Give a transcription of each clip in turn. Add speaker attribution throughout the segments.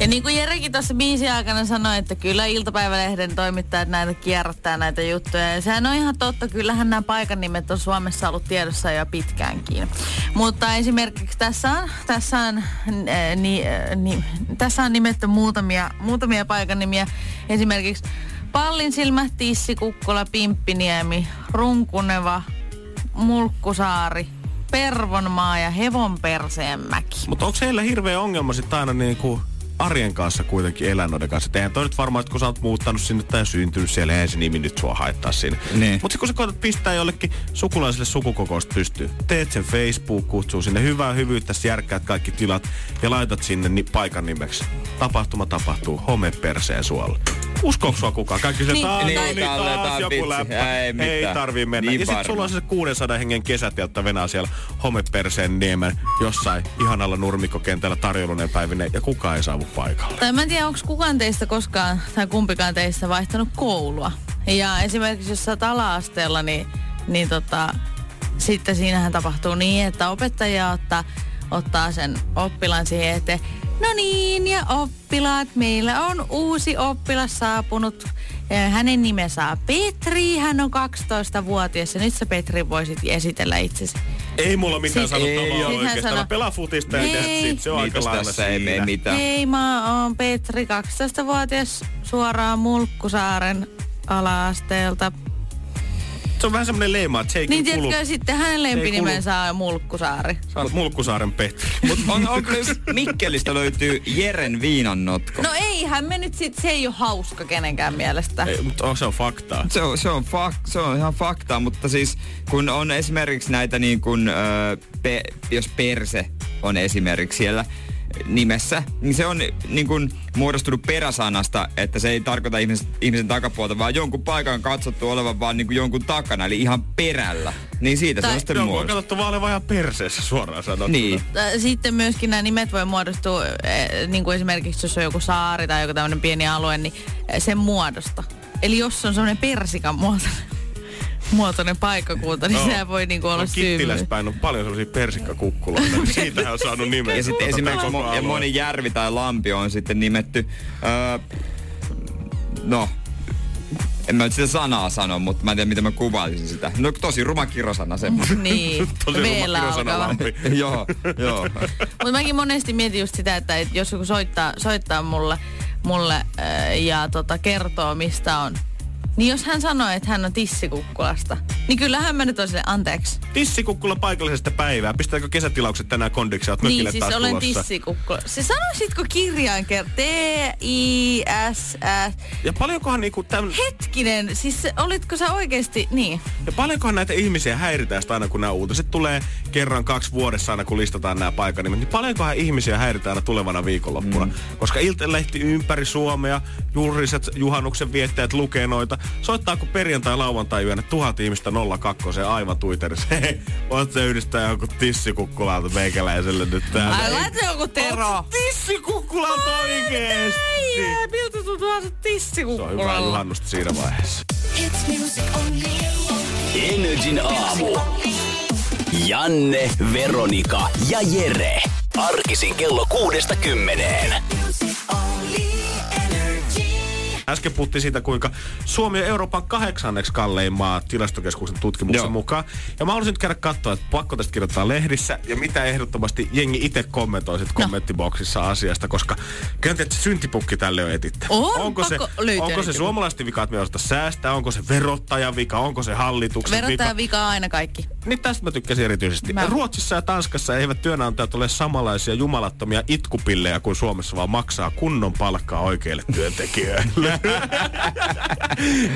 Speaker 1: Ja niin kuin Jerekin tuossa biisin aikana sanoi, että kyllä iltapäivälehden toimittajat näitä kierrättää näitä juttuja. Ja sehän on ihan totta, kyllähän nämä paikan nimet on Suomessa ollut tiedossa jo pitkäänkin. Mutta esimerkiksi tässä on, tässä on, äh, ni, äh, ni, tässä on nimetty muutamia, muutamia paikan nimiä. Esimerkiksi Pallinsilmä, Tissi, Kukkola, Pimppiniemi, Runkuneva, Mulkkusaari, Pervonmaa ja Hevonperseenmäki.
Speaker 2: Mutta onko heillä hirveä ongelma sitten aina niinku arjen kanssa kuitenkin eläinoiden kanssa. Eihän toi nyt varmaan, että kun sä oot muuttanut sinne tai syntynyt siellä, eihän se nimi nyt sua haittaa sinne.
Speaker 3: Niin.
Speaker 2: Mutta kun sä koetat pistää jollekin sukulaiselle sukukokousta pystyyn, teet sen Facebook, kutsuu sinne hyvää hyvyyttä, sä järkkäät kaikki tilat ja laitat sinne ni- paikan nimeksi. Tapahtuma tapahtuu homeperseen suolla. Uskooko sua kukaan? Kaikki se,
Speaker 1: Niin,
Speaker 2: niin,
Speaker 1: niin,
Speaker 2: niin,
Speaker 3: tää on-
Speaker 2: taas
Speaker 3: tää on
Speaker 2: joku
Speaker 3: vitsi.
Speaker 2: läppä.
Speaker 3: Ei
Speaker 2: Ei,
Speaker 3: mitään.
Speaker 2: tarvii mennä.
Speaker 3: Niin
Speaker 2: ja sit
Speaker 3: varma.
Speaker 2: sulla on se 600 hengen kesäteltta venää siellä homeperseen niemen jossain ihanalla nurmikkokentällä tarjouluneen päivinen ja kukaan ei saavu paikalle.
Speaker 1: Tai mä en tiedä, onko kukaan teistä koskaan tai kumpikaan teistä vaihtanut koulua. Ja esimerkiksi jos sä oot ala-asteella, niin, niin tota, sitten siinähän tapahtuu niin, että opettaja ottaa, ottaa sen oppilaan siihen eteen. No niin, ja oppilaat, meillä on uusi oppilas saapunut. Ja Hänen nimensä on Petri, hän on 12-vuotias ja nyt sä Petri voisit esitellä itsesi.
Speaker 2: Ei mulla mitään
Speaker 1: Siis-
Speaker 2: sanottavaa
Speaker 1: Ei oo.
Speaker 2: oikeastaan.
Speaker 1: Sano-
Speaker 2: Mä pelaan futista ja
Speaker 1: Ei.
Speaker 2: that's it. Se on aika
Speaker 3: Mitäs
Speaker 2: lailla
Speaker 3: tässä ei mene
Speaker 2: siinä.
Speaker 3: mitään.
Speaker 1: Hei, mä oon Petri, 12-vuotias suoraan Mulkkusaaren ala-asteelta.
Speaker 2: Se on vähän semmonen leima, että se ei
Speaker 1: Niin
Speaker 2: kyllä kulu.
Speaker 1: tiedätkö, sitten hänen lempinimensä on Mulkkusaari.
Speaker 2: Sä olet Mulkkusaaren Petri.
Speaker 3: Mut on, on kyllä Mikkelistä löytyy Jeren viinannotko.
Speaker 1: No eihän me nyt sit, se ei ole hauska kenenkään mielestä.
Speaker 2: Ei, Mutta on, se on faktaa.
Speaker 3: Se on, se, on fak, se on ihan faktaa, mutta siis kun on esimerkiksi näitä niin kuin, öö, pe, jos perse on esimerkiksi siellä nimessä, niin se on niin kuin muodostunut peräsanasta, että se ei tarkoita ihmisen, ihmisen takapuolta, vaan jonkun paikan katsottu olevan vaan niin kuin jonkun takana, eli ihan perällä. Niin siitä se
Speaker 1: Tai-
Speaker 3: on sitten
Speaker 2: Joku on
Speaker 3: muodostunut.
Speaker 2: katsottu vaan olevan ihan perseessä suoraan sanottuna.
Speaker 3: Niin.
Speaker 1: Ä, Sitten myöskin nämä nimet voi muodostua, eh, niin kuin esimerkiksi jos on joku saari tai joku tämmöinen pieni alue, niin eh, sen muodosta. Eli jos on semmoinen persikan muotoinen, muotoinen paikkakunta, niin
Speaker 2: No.
Speaker 1: no. sehän voi niin kuin olla
Speaker 2: No,
Speaker 1: syy.
Speaker 2: Kittiläspäin on paljon sellaisia persikkakukkuloita, niin siitähän on saanut nimen.
Speaker 3: Ja sitten
Speaker 2: Tota,
Speaker 3: esimerkiksi
Speaker 2: koko
Speaker 3: mo- ja
Speaker 2: alue.
Speaker 3: moni järvi tai lampi on sitten nimetty, öö, no, en mä nyt sitä sanaa sano, mutta mä en tiedä, miten mä kuvailisin sitä. No tosi ruma kirosana se.
Speaker 1: Niin,
Speaker 2: Tosi
Speaker 1: V-llä
Speaker 2: ruma kirosana
Speaker 1: alkava.
Speaker 2: lampi.
Speaker 3: joo, joo.
Speaker 1: Mutta mäkin monesti mietin just sitä, että et jos joku soittaa, soittaa mulle, mulle äh, ja tota, kertoo mistä on. Niin jos hän sanoo, että hän on tissikukkulasta, niin kyllähän mä nyt olisin, anteeksi.
Speaker 2: Tissikukkula paikallisesta päivää. Pistääkö kesätilaukset tänään kondiksi? Oot mökille
Speaker 1: niin, siis
Speaker 2: taas
Speaker 1: olen
Speaker 2: tulossa.
Speaker 1: tissikukkula. Se sanoisitko kirjaan kerran? T-I-S-S.
Speaker 2: Ja paljonkohan niinku tämän,
Speaker 1: Hetkinen, siis se- olitko sä oikeesti, niin.
Speaker 2: Ja paljonkohan näitä ihmisiä häiritään sitä aina, kun nämä uutiset tulee kerran kaksi vuodessa aina, kun listataan nämä paikanimet, niin paljonkohan ihmisiä häiritään aina tulevana viikonloppuna. Mm. Koska Iltalehti ympäri Suomea, juuriset juhannuksen viettäjät lukee noita. Soittaako perjantai lauantai yönä tuhat ihmistä 02 aivan Twitterissä? Hei, voit se yhdistää joku tissikukkulaalta meikäläiselle nyt täällä.
Speaker 1: Ai laita joku Tero.
Speaker 2: Tissikukkulaalta oikeesti!
Speaker 1: Ei, miltä tuntuu asua
Speaker 2: Se on hyvää
Speaker 1: tissikukkulalla?
Speaker 2: juhannusta siinä vaiheessa.
Speaker 4: Energin aamu. Janne, Veronika ja Jere. Arkisin kello kuudesta kymmeneen.
Speaker 2: Äsken puhuttiin siitä, kuinka Suomi on Euroopan kahdeksanneksi kallein maa tilastokeskuksen tutkimuksen
Speaker 3: Joo.
Speaker 2: mukaan. Ja mä haluaisin nyt käydä katsoa, että pakko tästä kirjoittaa lehdissä ja mitä ehdottomasti jengi itse kommentoi
Speaker 1: No.
Speaker 2: sit kommenttiboksissa asiasta, koska kyllä nyt, että se syntipukki tälle on etittä.
Speaker 1: On,
Speaker 2: onko se,
Speaker 1: pakko löytyä
Speaker 2: onko se
Speaker 1: nyt.
Speaker 2: suomalaisten vika, että me ei osata säästää, onko se verottajan vika, onko se hallituksen vika?
Speaker 1: Verrataan vikaa aina kaikki.
Speaker 2: Niin tästä mä tykkäsin erityisesti. Mä...
Speaker 1: Mä-
Speaker 2: Ruotsissa ja Tanskassa eivät työnantajat ole samanlaisia jumalattomia itkupillejä kuin Suomessa, vaan maksaa kunnon palkkaa oikeille työntekijöille.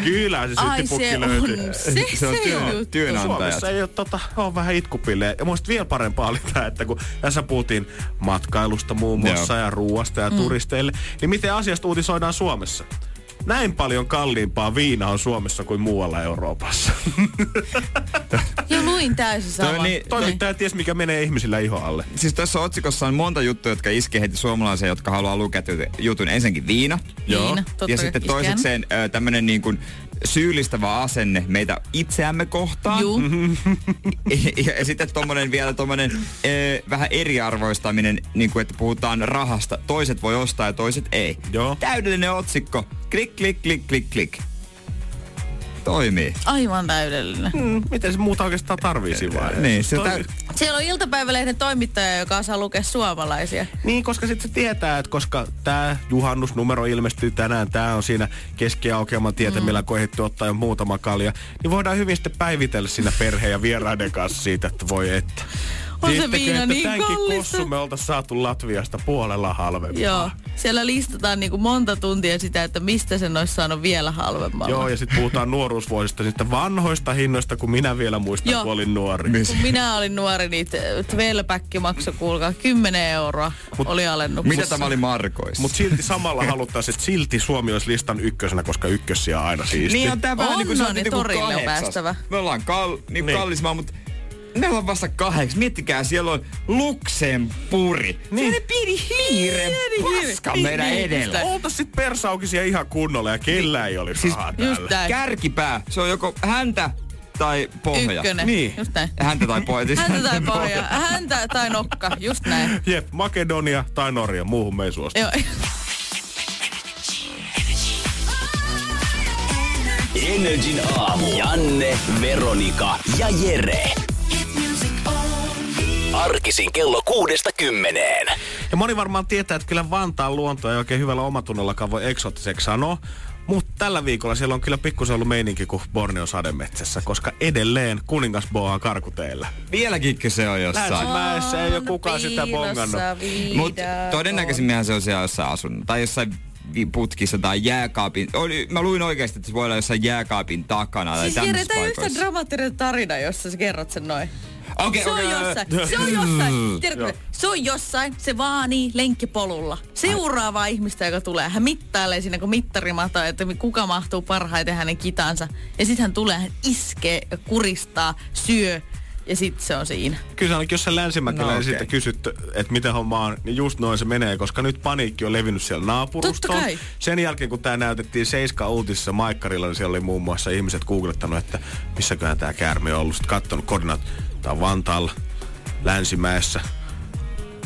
Speaker 2: Kyllä se
Speaker 1: Ai
Speaker 2: syntipukki
Speaker 1: se
Speaker 2: löytyy.
Speaker 1: on se, se,
Speaker 3: Se on
Speaker 1: juttu.
Speaker 3: työn, työnantajat.
Speaker 2: Suomessa ei ole, tota, on vähän itkupillejä. Ja muista vielä parempaa oli tämä, että kun tässä puhuttiin matkailusta muun muassa ja ruoasta ja mm. turisteille, niin miten asiasta uutisoidaan Suomessa? näin paljon kalliimpaa viina on Suomessa kuin muualla Euroopassa.
Speaker 1: Ja luin täysin
Speaker 3: Toi
Speaker 1: saman.
Speaker 3: on niin-
Speaker 2: Toimittaja ties, mikä menee ihmisillä ihoalle.
Speaker 3: Siis tässä otsikossa on monta juttua, jotka iskee heti suomalaisia, jotka haluaa lukea ty- jutun. Ensinnäkin viina.
Speaker 1: Joo. totta
Speaker 3: ja sitten
Speaker 1: kai,
Speaker 3: toisekseen ö, tämmönen niin kuin syyllistävä asenne meitä itseämme kohtaan.
Speaker 1: Juu.
Speaker 3: ja, ja sitten tommonen vielä tommonen ö, vähän eriarvoistaminen, niin kuin että puhutaan rahasta. Toiset voi ostaa ja toiset ei.
Speaker 2: Joo.
Speaker 3: Täydellinen otsikko. Klik, klik, klik, klik, klik. Toimii.
Speaker 1: Aivan täydellinen.
Speaker 2: Mm, miten se muuta oikeastaan tarvii siinä vaiheessa?
Speaker 3: Niin, se
Speaker 2: Toi-
Speaker 3: täy-
Speaker 1: Siellä on iltapäivälehden toimittaja, joka osaa lukea suomalaisia.
Speaker 2: Niin, koska sitten se tietää, että koska tämä juhannusnumero ilmestyy tänään, tämä on siinä keskiaukeaman tietä, mm. millä on kohdittu ottaa jo muutama kalja, niin voidaan hyvin sitten päivitellä siinä perheen ja vieraiden kanssa siitä, että voi että.
Speaker 1: On se
Speaker 2: Tiedättekö,
Speaker 1: viina
Speaker 2: että
Speaker 1: niin
Speaker 2: tämänkin
Speaker 1: kallista.
Speaker 2: kossu me oltaisiin saatu Latviasta puolella halvempaa.
Speaker 1: Joo. Siellä listataan niinku monta tuntia sitä, että mistä sen olisi saanut vielä halvemmalla.
Speaker 2: Joo, ja sitten puhutaan nuoruusvuosista, niistä vanhoista hinnoista, kun minä vielä muistan,
Speaker 1: Joo.
Speaker 2: kun olin nuori.
Speaker 1: Kun minä olin nuori, niin t- Tvelpäkki maksoi, kuulkaa, 10 euroa Mut, oli alennuksessa.
Speaker 3: Mitä tämä oli Markois?
Speaker 2: Mutta silti samalla haluttaisiin, että silti Suomi olisi listan ykkösenä, koska ykkössiä on aina siisti.
Speaker 3: Niin on tää vähän
Speaker 1: On,
Speaker 3: niinku se
Speaker 1: no
Speaker 3: on
Speaker 1: niin,
Speaker 3: niinku
Speaker 1: torille on
Speaker 3: kahdeksas.
Speaker 1: päästävä.
Speaker 3: Me ollaan kal, niinku
Speaker 2: Niin.
Speaker 3: niin. kallis maa, mutta me ollaan vasta kahdeksan. Miettikää, siellä on Luxemburgi. Niin. Se on pieni hiiren
Speaker 1: hiiri.
Speaker 3: paska
Speaker 1: Niin,
Speaker 3: meidän
Speaker 1: niin,
Speaker 3: edellä.
Speaker 1: just
Speaker 2: Oltais sit persaukisia ihan kunnolla ja kellä ei olisi
Speaker 3: Siis
Speaker 2: rahaa
Speaker 1: Just
Speaker 2: täällä.
Speaker 1: näin.
Speaker 3: Kärkipää, se on joko häntä tai pohja.
Speaker 1: Ykkönen.
Speaker 2: Niin.
Speaker 1: Just näin.
Speaker 3: Häntä tai pohja. Siis
Speaker 1: Häntä tai pohja. Häntä tai nokka. Just näin.
Speaker 2: Jep, Makedonia tai Norja, muuhun me ei suostu.
Speaker 1: Joo.
Speaker 4: Energin aamu. Janne, Veronika ja Jere. Arkisin kello kuudesta kymmeneen.
Speaker 2: Ja moni varmaan tietää, että kyllä Vantaan luonto ei oikein hyvällä omatunnollakaan voi eksoottiseksi sanoa. Mutta tällä viikolla siellä on kyllä pikkusen ollut meininki kuin Borneon sademetsässä, koska edelleen kuningasboa on karkuteillä.
Speaker 3: Vieläkin se on jossain.
Speaker 2: Mäessä ei ole kukaan sitä
Speaker 1: Piilossa
Speaker 2: bongannut.
Speaker 3: Mut
Speaker 1: viidakon.
Speaker 3: todennäköisimminhän se on siellä jossain asunut. Tai jossain vi- putkissa tai jääkaapin. Oli, mä luin oikeasti, että se voi olla jossain jääkaapin takana
Speaker 1: Siis
Speaker 3: tai
Speaker 1: Jere,
Speaker 3: tämmöisissä
Speaker 1: tää on yhtään
Speaker 3: paikoissa.
Speaker 1: dramaattinen tarina, jossa sä kerrot sen noin.
Speaker 3: Okei,
Speaker 1: se on
Speaker 3: okei,
Speaker 1: jossain, se on jossain, tiedätkö, se on jossain, se vaanii lenkkipolulla. Seuraavaa ihmistä, joka tulee, hän mittailee siinä, kun mittari mataa, että kuka mahtuu parhaiten hänen kitansa. Ja sitten hän tulee, hän iskee, kuristaa, syö ja sitten se on siinä.
Speaker 2: Kyllä ainakin jos sä länsimäkeläinen
Speaker 3: No
Speaker 2: no, okay.
Speaker 3: okei.
Speaker 2: siitä kysyt, että miten homma on, niin just noin se menee, koska nyt paniikki on levinnyt siellä naapurustoon.
Speaker 1: Totta kai.
Speaker 2: Sen jälkeen kun tämä näytettiin Seiska uutisissa Maikkarilla, niin siellä oli muun muassa ihmiset googlettanut, että missäköhän tämä käärme on ollut. Sitten kattonut koordinaat, tämä on Vantaalla, Länsimäessä.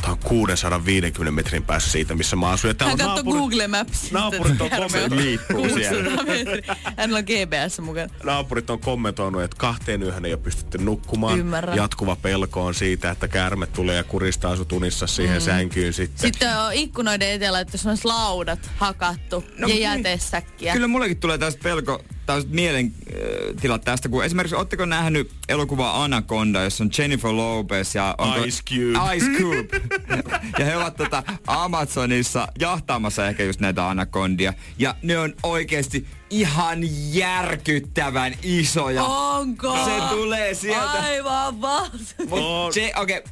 Speaker 2: Tämä on 650 metrin päässä siitä, missä mä asun. Ja täällä
Speaker 1: Hän
Speaker 2: on
Speaker 1: katsoi Google Maps.
Speaker 2: naapurit on
Speaker 1: Järveä.
Speaker 2: kommentoinut.
Speaker 3: Liikkuu siellä.
Speaker 1: 600 metriä. Hänellä on GPS mukana.
Speaker 2: naapurit on kommentoinut, että kahteen yöhön ei ole pystytty nukkumaan.
Speaker 1: Ymmärrän.
Speaker 2: Jatkuva pelko on siitä, että käärme tulee ja kuristaa sut unissa siihen mm. sänkyyn sitten.
Speaker 1: Sitten on ikkunoiden eteen laittu sellaiset laudat hakattu
Speaker 3: No,
Speaker 1: ja
Speaker 3: niin.
Speaker 1: jätesäkkiä.
Speaker 3: Kyllä mullekin tulee tästä pelko, tästä mielentila tästä, kun esimerkiksi ootteko nähnyt elokuvaa Anaconda, jossa on Jennifer Lopez ja... Onko,
Speaker 2: Ice Cube.
Speaker 3: Ice Cube. ja he ovat tota Amazonissa jahtaamassa ehkä just näitä anakondia. Ja ne on oikeasti ihan järkyttävän isoja.
Speaker 1: Onko?
Speaker 3: Se tulee sieltä.
Speaker 1: Aivan valtava.
Speaker 3: Mut
Speaker 2: On.
Speaker 3: J- Okei,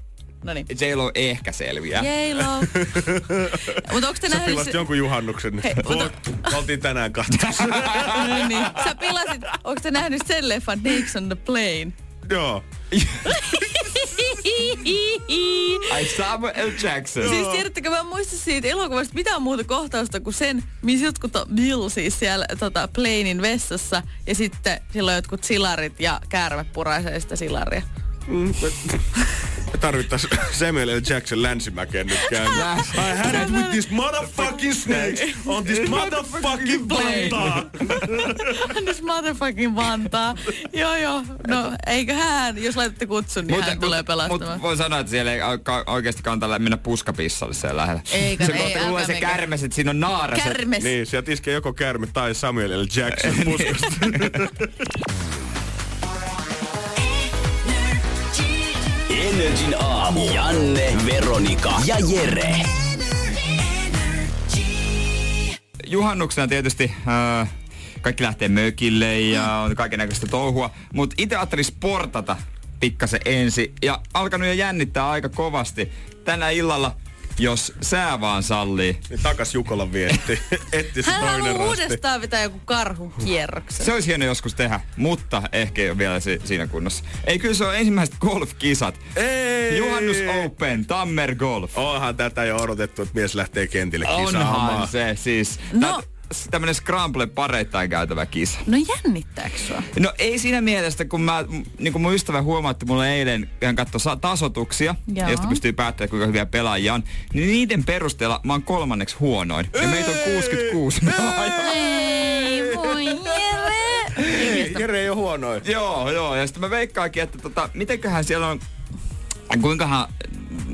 Speaker 1: No niin.
Speaker 3: okay, J-Lo ehkä selviää.
Speaker 1: J-Lo. Mut onks te
Speaker 2: Sä
Speaker 1: nähnyt...
Speaker 2: pilasit
Speaker 1: se-
Speaker 2: jonkun juhannuksen.
Speaker 1: Hei,
Speaker 2: Voi, Oltiin tänään katsomassa.
Speaker 1: No niin. Sä pilasit... Onks te nähnyt sen leffan Nakes on the Plane?
Speaker 2: Joo.
Speaker 3: Ai Samuel Jackson.
Speaker 1: Siis tiedättekö, mä en muista siitä elokuvasta mitään muuta kohtausta kuin sen, missä jotkut on Bill siis siellä tota, Plainin vessassa ja sitten sillä on jotkut silarit ja käärme puraisee sitä silaria.
Speaker 2: Me tarvittais Samuel L. Jackson länsimäkeen nyt käymään. I had it with these motherfucking snakes on this motherfucking
Speaker 1: plane.
Speaker 2: Vantaa.
Speaker 1: This motherfucking Vantaa. joo joo, no eikö hän, jos laitatte kutsun, niin hän tulee pelastamaan.
Speaker 3: Mut voi sanoa, että siellä ei ka- oikeasti kannata mennä puskapissalle siellä lähellä.
Speaker 1: Eikä,
Speaker 3: se
Speaker 1: ei,
Speaker 3: kohta
Speaker 1: älkää
Speaker 3: tulee se
Speaker 1: menkö.
Speaker 3: kärmes, että siinä on naaraset.
Speaker 1: Kärmes.
Speaker 2: Niin, sieltä iskee joko käärme tai Samuel L. Jackson puskasta.
Speaker 4: Energin aamu. Janne, Veronika ja Jere.
Speaker 3: Juhannuksena tietysti äh, kaikki lähtee mökille ja
Speaker 1: Mm.
Speaker 3: on kaiken näköistä touhua. Mutta itse ajattelin sportata pikkasen ensi ja alkanut jo jännittää aika kovasti. Tänä illalla jos sää vaan sallii.
Speaker 2: Niin takas Jukolan vietti. Etti se
Speaker 1: Hän
Speaker 2: toinen
Speaker 1: haluaa
Speaker 2: rasti.
Speaker 1: uudestaan vetää joku karhukierroksen.
Speaker 3: Se olisi hieno joskus tehdä, mutta ehkä ei ole vielä si- siinä kunnossa. Ei, kyllä se on ensimmäiset golf-kisat.
Speaker 2: Ei!
Speaker 3: Juhannus Open, Tammer Golf.
Speaker 2: Onhan tätä jo odotettu, että mies lähtee kentille
Speaker 3: Onhan
Speaker 2: kisaamaan.
Speaker 3: se siis.
Speaker 1: No.
Speaker 3: Tät- Tämmönen scramble pareittain käytävä kisa.
Speaker 1: No jännittääkö sua?
Speaker 3: No ei siinä mielessä, kun mä, niin kuin mun ystävä huomautti mulle eilen, hän katsoi sa- tasotuksia,
Speaker 1: Joo.
Speaker 3: Jaa. josta pystyy päättämään, kuinka hyviä pelaajia on, niin niiden perusteella mä oon kolmanneksi huonoin. Ja meitä on 66 pelaajaa.
Speaker 1: Ei voi Jere.
Speaker 2: Ei, Jere ei ole huonoin.
Speaker 3: Joo, joo. Ja sitten mä veikkaankin, että tota, mitenköhän siellä on, kuinkahan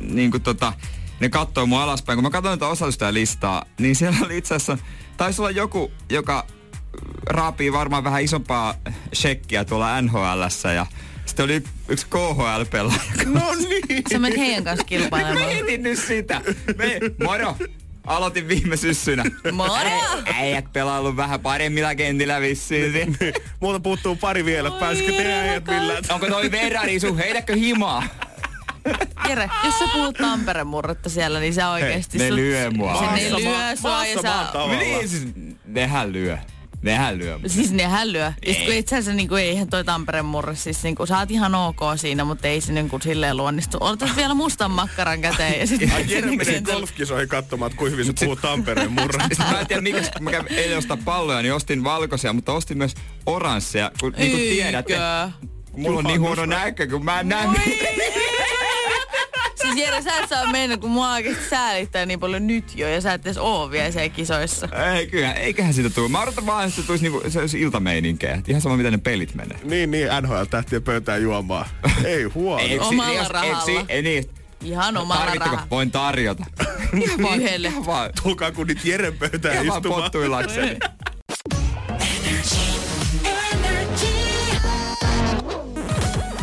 Speaker 3: niin kuin tota, ne kattoo mua alaspäin. Kun mä katson tätä osallistujalistaa, niin siellä oli itse asiassa, taisi olla joku, joka raapii varmaan vähän isompaa shekkiä tuolla NHLssä ja sitten oli yksi KHL-pelaaja.
Speaker 2: No niin.
Speaker 1: Sä menet heidän kanssa
Speaker 3: Mä
Speaker 1: kilpailemaan.
Speaker 3: mietin nyt sitä. Me, moro. Aloitin viime syssynä.
Speaker 1: Moro!
Speaker 3: Äijät pelaillut vähän paremmilla kentillä vissiin.
Speaker 2: Muuta Niin, puuttuu pari vielä, pääsikö tehdä heidät millään.
Speaker 3: Onko toi Ferrari sun? Heidätkö himaa?
Speaker 1: Jere, jos sä puhut Tampereen murretta siellä, niin sä oikeesti...
Speaker 3: ne
Speaker 1: sut-
Speaker 3: lyö mua.
Speaker 1: Se ne
Speaker 2: Maassa
Speaker 1: lyö
Speaker 2: maan-
Speaker 1: sua ja
Speaker 2: maassa
Speaker 1: sä...
Speaker 2: maan tavalla.
Speaker 3: Niin, siis nehän lyö. Nehän lyö.
Speaker 1: Siis nehän lyö.
Speaker 2: Niin.
Speaker 1: Ja sit kun
Speaker 3: Ei.
Speaker 1: itse asiassa niinku, eihän toi Tampereen murre, siis niinku, sä oot ihan ok siinä, mutta ei se niinku silleen luonnistu. Otat vielä mustan makkaran käteen ja sit...
Speaker 2: Ai Jere meni
Speaker 1: niinku-
Speaker 2: golfkisoihin katsomaan, että kuinka hyvin sä puhut Tampereen murra.
Speaker 3: Sitten Siis mä en tiedä, mikä, kun mä kävin eilen ostaa palloja, niin ostin valkoisia, mutta ostin myös oransseja. Kun
Speaker 2: niinku
Speaker 3: niin kuin tiedät,
Speaker 1: Eikö?
Speaker 3: kun mulla on niin huono näkö, kun mä en näe mitään.
Speaker 1: Siis Jere, sä et saa mennä, kun mua oikeesti säälittää niin paljon nyt jo, ja sä et edes oo vielä siellä kisoissa.
Speaker 3: Ei, kyllä, eiköhän siitä tule. Mä odotan vaan, että se tulisi niinku, se olisi iltameininkeä. Ihan sama, miten ne pelit menee.
Speaker 2: Niin, niin, NHL-tähtien pöytään juomaan. Ei huono.
Speaker 3: Eikö si-
Speaker 1: Omalla
Speaker 3: jos- eikö
Speaker 1: rahalla.
Speaker 3: si- Ei niin,
Speaker 1: Ihan
Speaker 2: No,
Speaker 1: omalla
Speaker 3: tarvittako?
Speaker 1: rahalla.
Speaker 3: Voin tarjota. Ihan vaan-
Speaker 1: Yhdelle.
Speaker 3: Ihan vaan,
Speaker 2: Tulkaa kun nyt Jeren pöytään
Speaker 3: ihan vaan
Speaker 2: istumaan.
Speaker 3: pottuillakseni.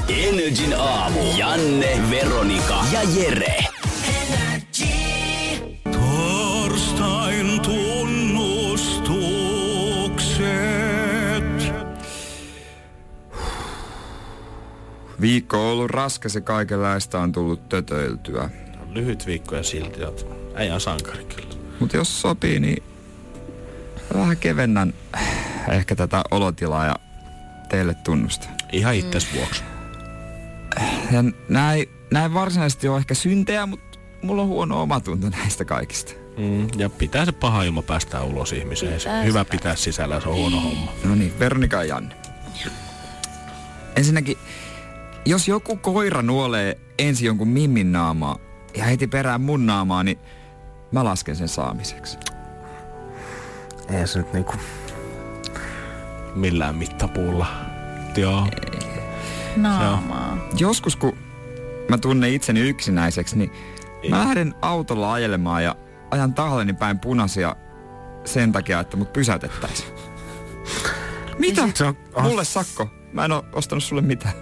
Speaker 4: Energin aamu. Janne, Veronika ja Jere.
Speaker 5: Torstain tunnustukset.
Speaker 3: Viikko on ollut raskas ja kaikenlaista on tullut tötöiltyä.
Speaker 2: Lyhyt viikko ja silti oot. Äijä sankari kyllä.
Speaker 3: Mutta jos sopii, niin vähän kevennän ehkä tätä olotilaa ja teille tunnusta.
Speaker 2: Ihan
Speaker 1: Mm.
Speaker 2: itses vuoksi.
Speaker 3: Ja näin, näin varsinaisesti on ehkä syntejä, mutta mulla on huono omatunto näistä kaikista.
Speaker 2: Mm, ja pitää se paha ilma päästää ulos ihmiseen.
Speaker 1: Pitää
Speaker 2: Pitää Hyvä pitää sisällä, se on huono homma.
Speaker 3: No niin, Veronika ja Janne. Ensinnäkin, jos joku koira nuolee ensin jonkun mimmin naamaa ja heti perään mun naamaa, niin mä lasken sen saamiseksi.
Speaker 2: Ei se nyt niinku... Millään mittapuulla. Joo.
Speaker 1: No, Naamaa.
Speaker 3: Joskus kun mä tunnen itseni yksinäiseksi, niin mä lähden autolla ajelemaan ja ajan tahalleni päin punaisia sen takia, että mut pysäytettäisiin. Mitä?
Speaker 2: Se on-
Speaker 3: Mulle sakko. Mä en oo ostanut sulle mitään.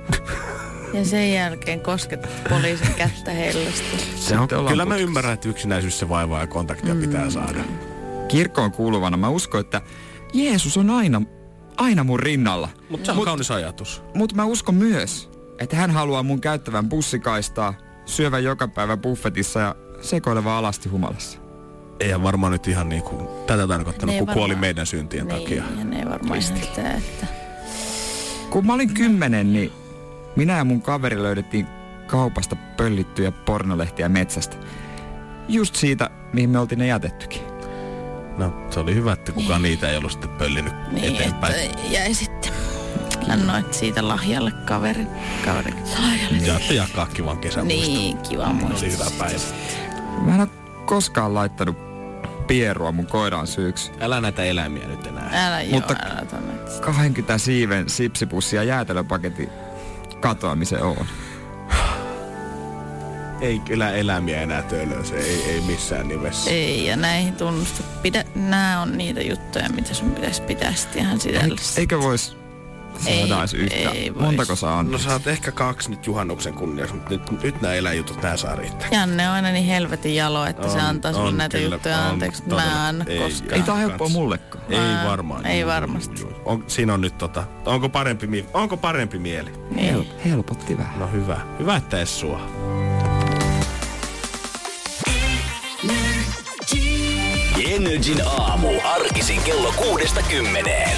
Speaker 1: Ja sen jälkeen kosket poliisin kättä hellästä.
Speaker 2: Se on,
Speaker 3: Sitten ollaan
Speaker 2: kyllä mä
Speaker 3: putkessa.
Speaker 2: ymmärrän, että yksinäisyys se vaivaa ja kontaktia
Speaker 1: Mm.
Speaker 2: pitää saada.
Speaker 3: Kirkkoon kuuluvana mä uskon, että Jeesus on aina, aina mun rinnalla.
Speaker 2: Mutta se on kaunis ajatus.
Speaker 3: Mutta mä uskon myös, että hän haluaa mun käyttävän bussikaistaa, syövän joka päivä buffetissa ja sekoileva alasti humalassa.
Speaker 2: Ei varmaan nyt ihan niinku tätä tarkoittanut,
Speaker 1: Ei Niin,
Speaker 2: kun
Speaker 1: varmaan.
Speaker 2: kuoli meidän syntien
Speaker 1: Niin,
Speaker 2: takia.
Speaker 1: ja ne ei varmaan ihan sitä, että...
Speaker 3: Kun mä olin kymmenen, niin minä ja mun kaveri löydettiin kaupasta pöllittyjä pornolehtiä metsästä. Just siitä, mihin me oltiin ne jätettykin.
Speaker 2: No, se oli hyvä, että kukaan niitä ei ollut sitten pöllinyt
Speaker 1: Niin,
Speaker 2: eteenpäin.
Speaker 1: että jäi sitten. Annoit siitä lahjalle kaverin. Kaverin lahjalle.
Speaker 2: Ja että jakaa kivan kesän
Speaker 1: Niin, kiva
Speaker 2: Oli
Speaker 1: muistaa.
Speaker 2: hyvä päivä.
Speaker 3: Mä en oo koskaan laittanut pierua mun koiran syyksi.
Speaker 2: Älä näitä eläimiä nyt enää.
Speaker 1: Älä joo,
Speaker 3: Mutta-
Speaker 1: älä tonne.
Speaker 3: 20 siiven sipsipussi ja jäätelöpaketti katoamisen on.
Speaker 2: Ei kyllä eläimiä enää töölöä, se ei, ei missään nimessä.
Speaker 1: Ei, ja näihin tunnusta. Pidä, nää on niitä juttuja, mitä sun pitäisi pitää sitten ihan sisällä.
Speaker 3: Eikö vois
Speaker 1: Ei,
Speaker 3: saada edes yhtään?
Speaker 1: ei vois.
Speaker 3: Montako saa
Speaker 2: No
Speaker 3: antaa?
Speaker 2: sä oot ehkä kaksi nyt juhannuksen kunniaksi, mutta nyt, nyt nämä eläinjutut, nämä saa riittää.
Speaker 1: Janne on aina niin helvetin jalo, että se
Speaker 2: On-
Speaker 1: antaa sulle
Speaker 2: on
Speaker 1: näitä
Speaker 2: kyllä,
Speaker 1: juttuja
Speaker 2: on
Speaker 1: anteeksi. Mä en
Speaker 2: todella.
Speaker 1: anna
Speaker 2: Ei,
Speaker 1: koskaan.
Speaker 3: Ei tää ole helppoa
Speaker 2: Kans.
Speaker 3: mullekaan.
Speaker 2: Ei
Speaker 1: Ää,
Speaker 2: varmaan.
Speaker 1: ei
Speaker 2: Juu,
Speaker 1: varmasti.
Speaker 2: juu, juu. On, siinä on nyt tota, onko parempi, mi- onko parempi mieli?
Speaker 1: Niin.
Speaker 3: Hel- helpotti vähän.
Speaker 2: No hyvä. Hyvä, että ees sua.
Speaker 4: Energin aamu. Arkisin kello kuudesta kymmeneen.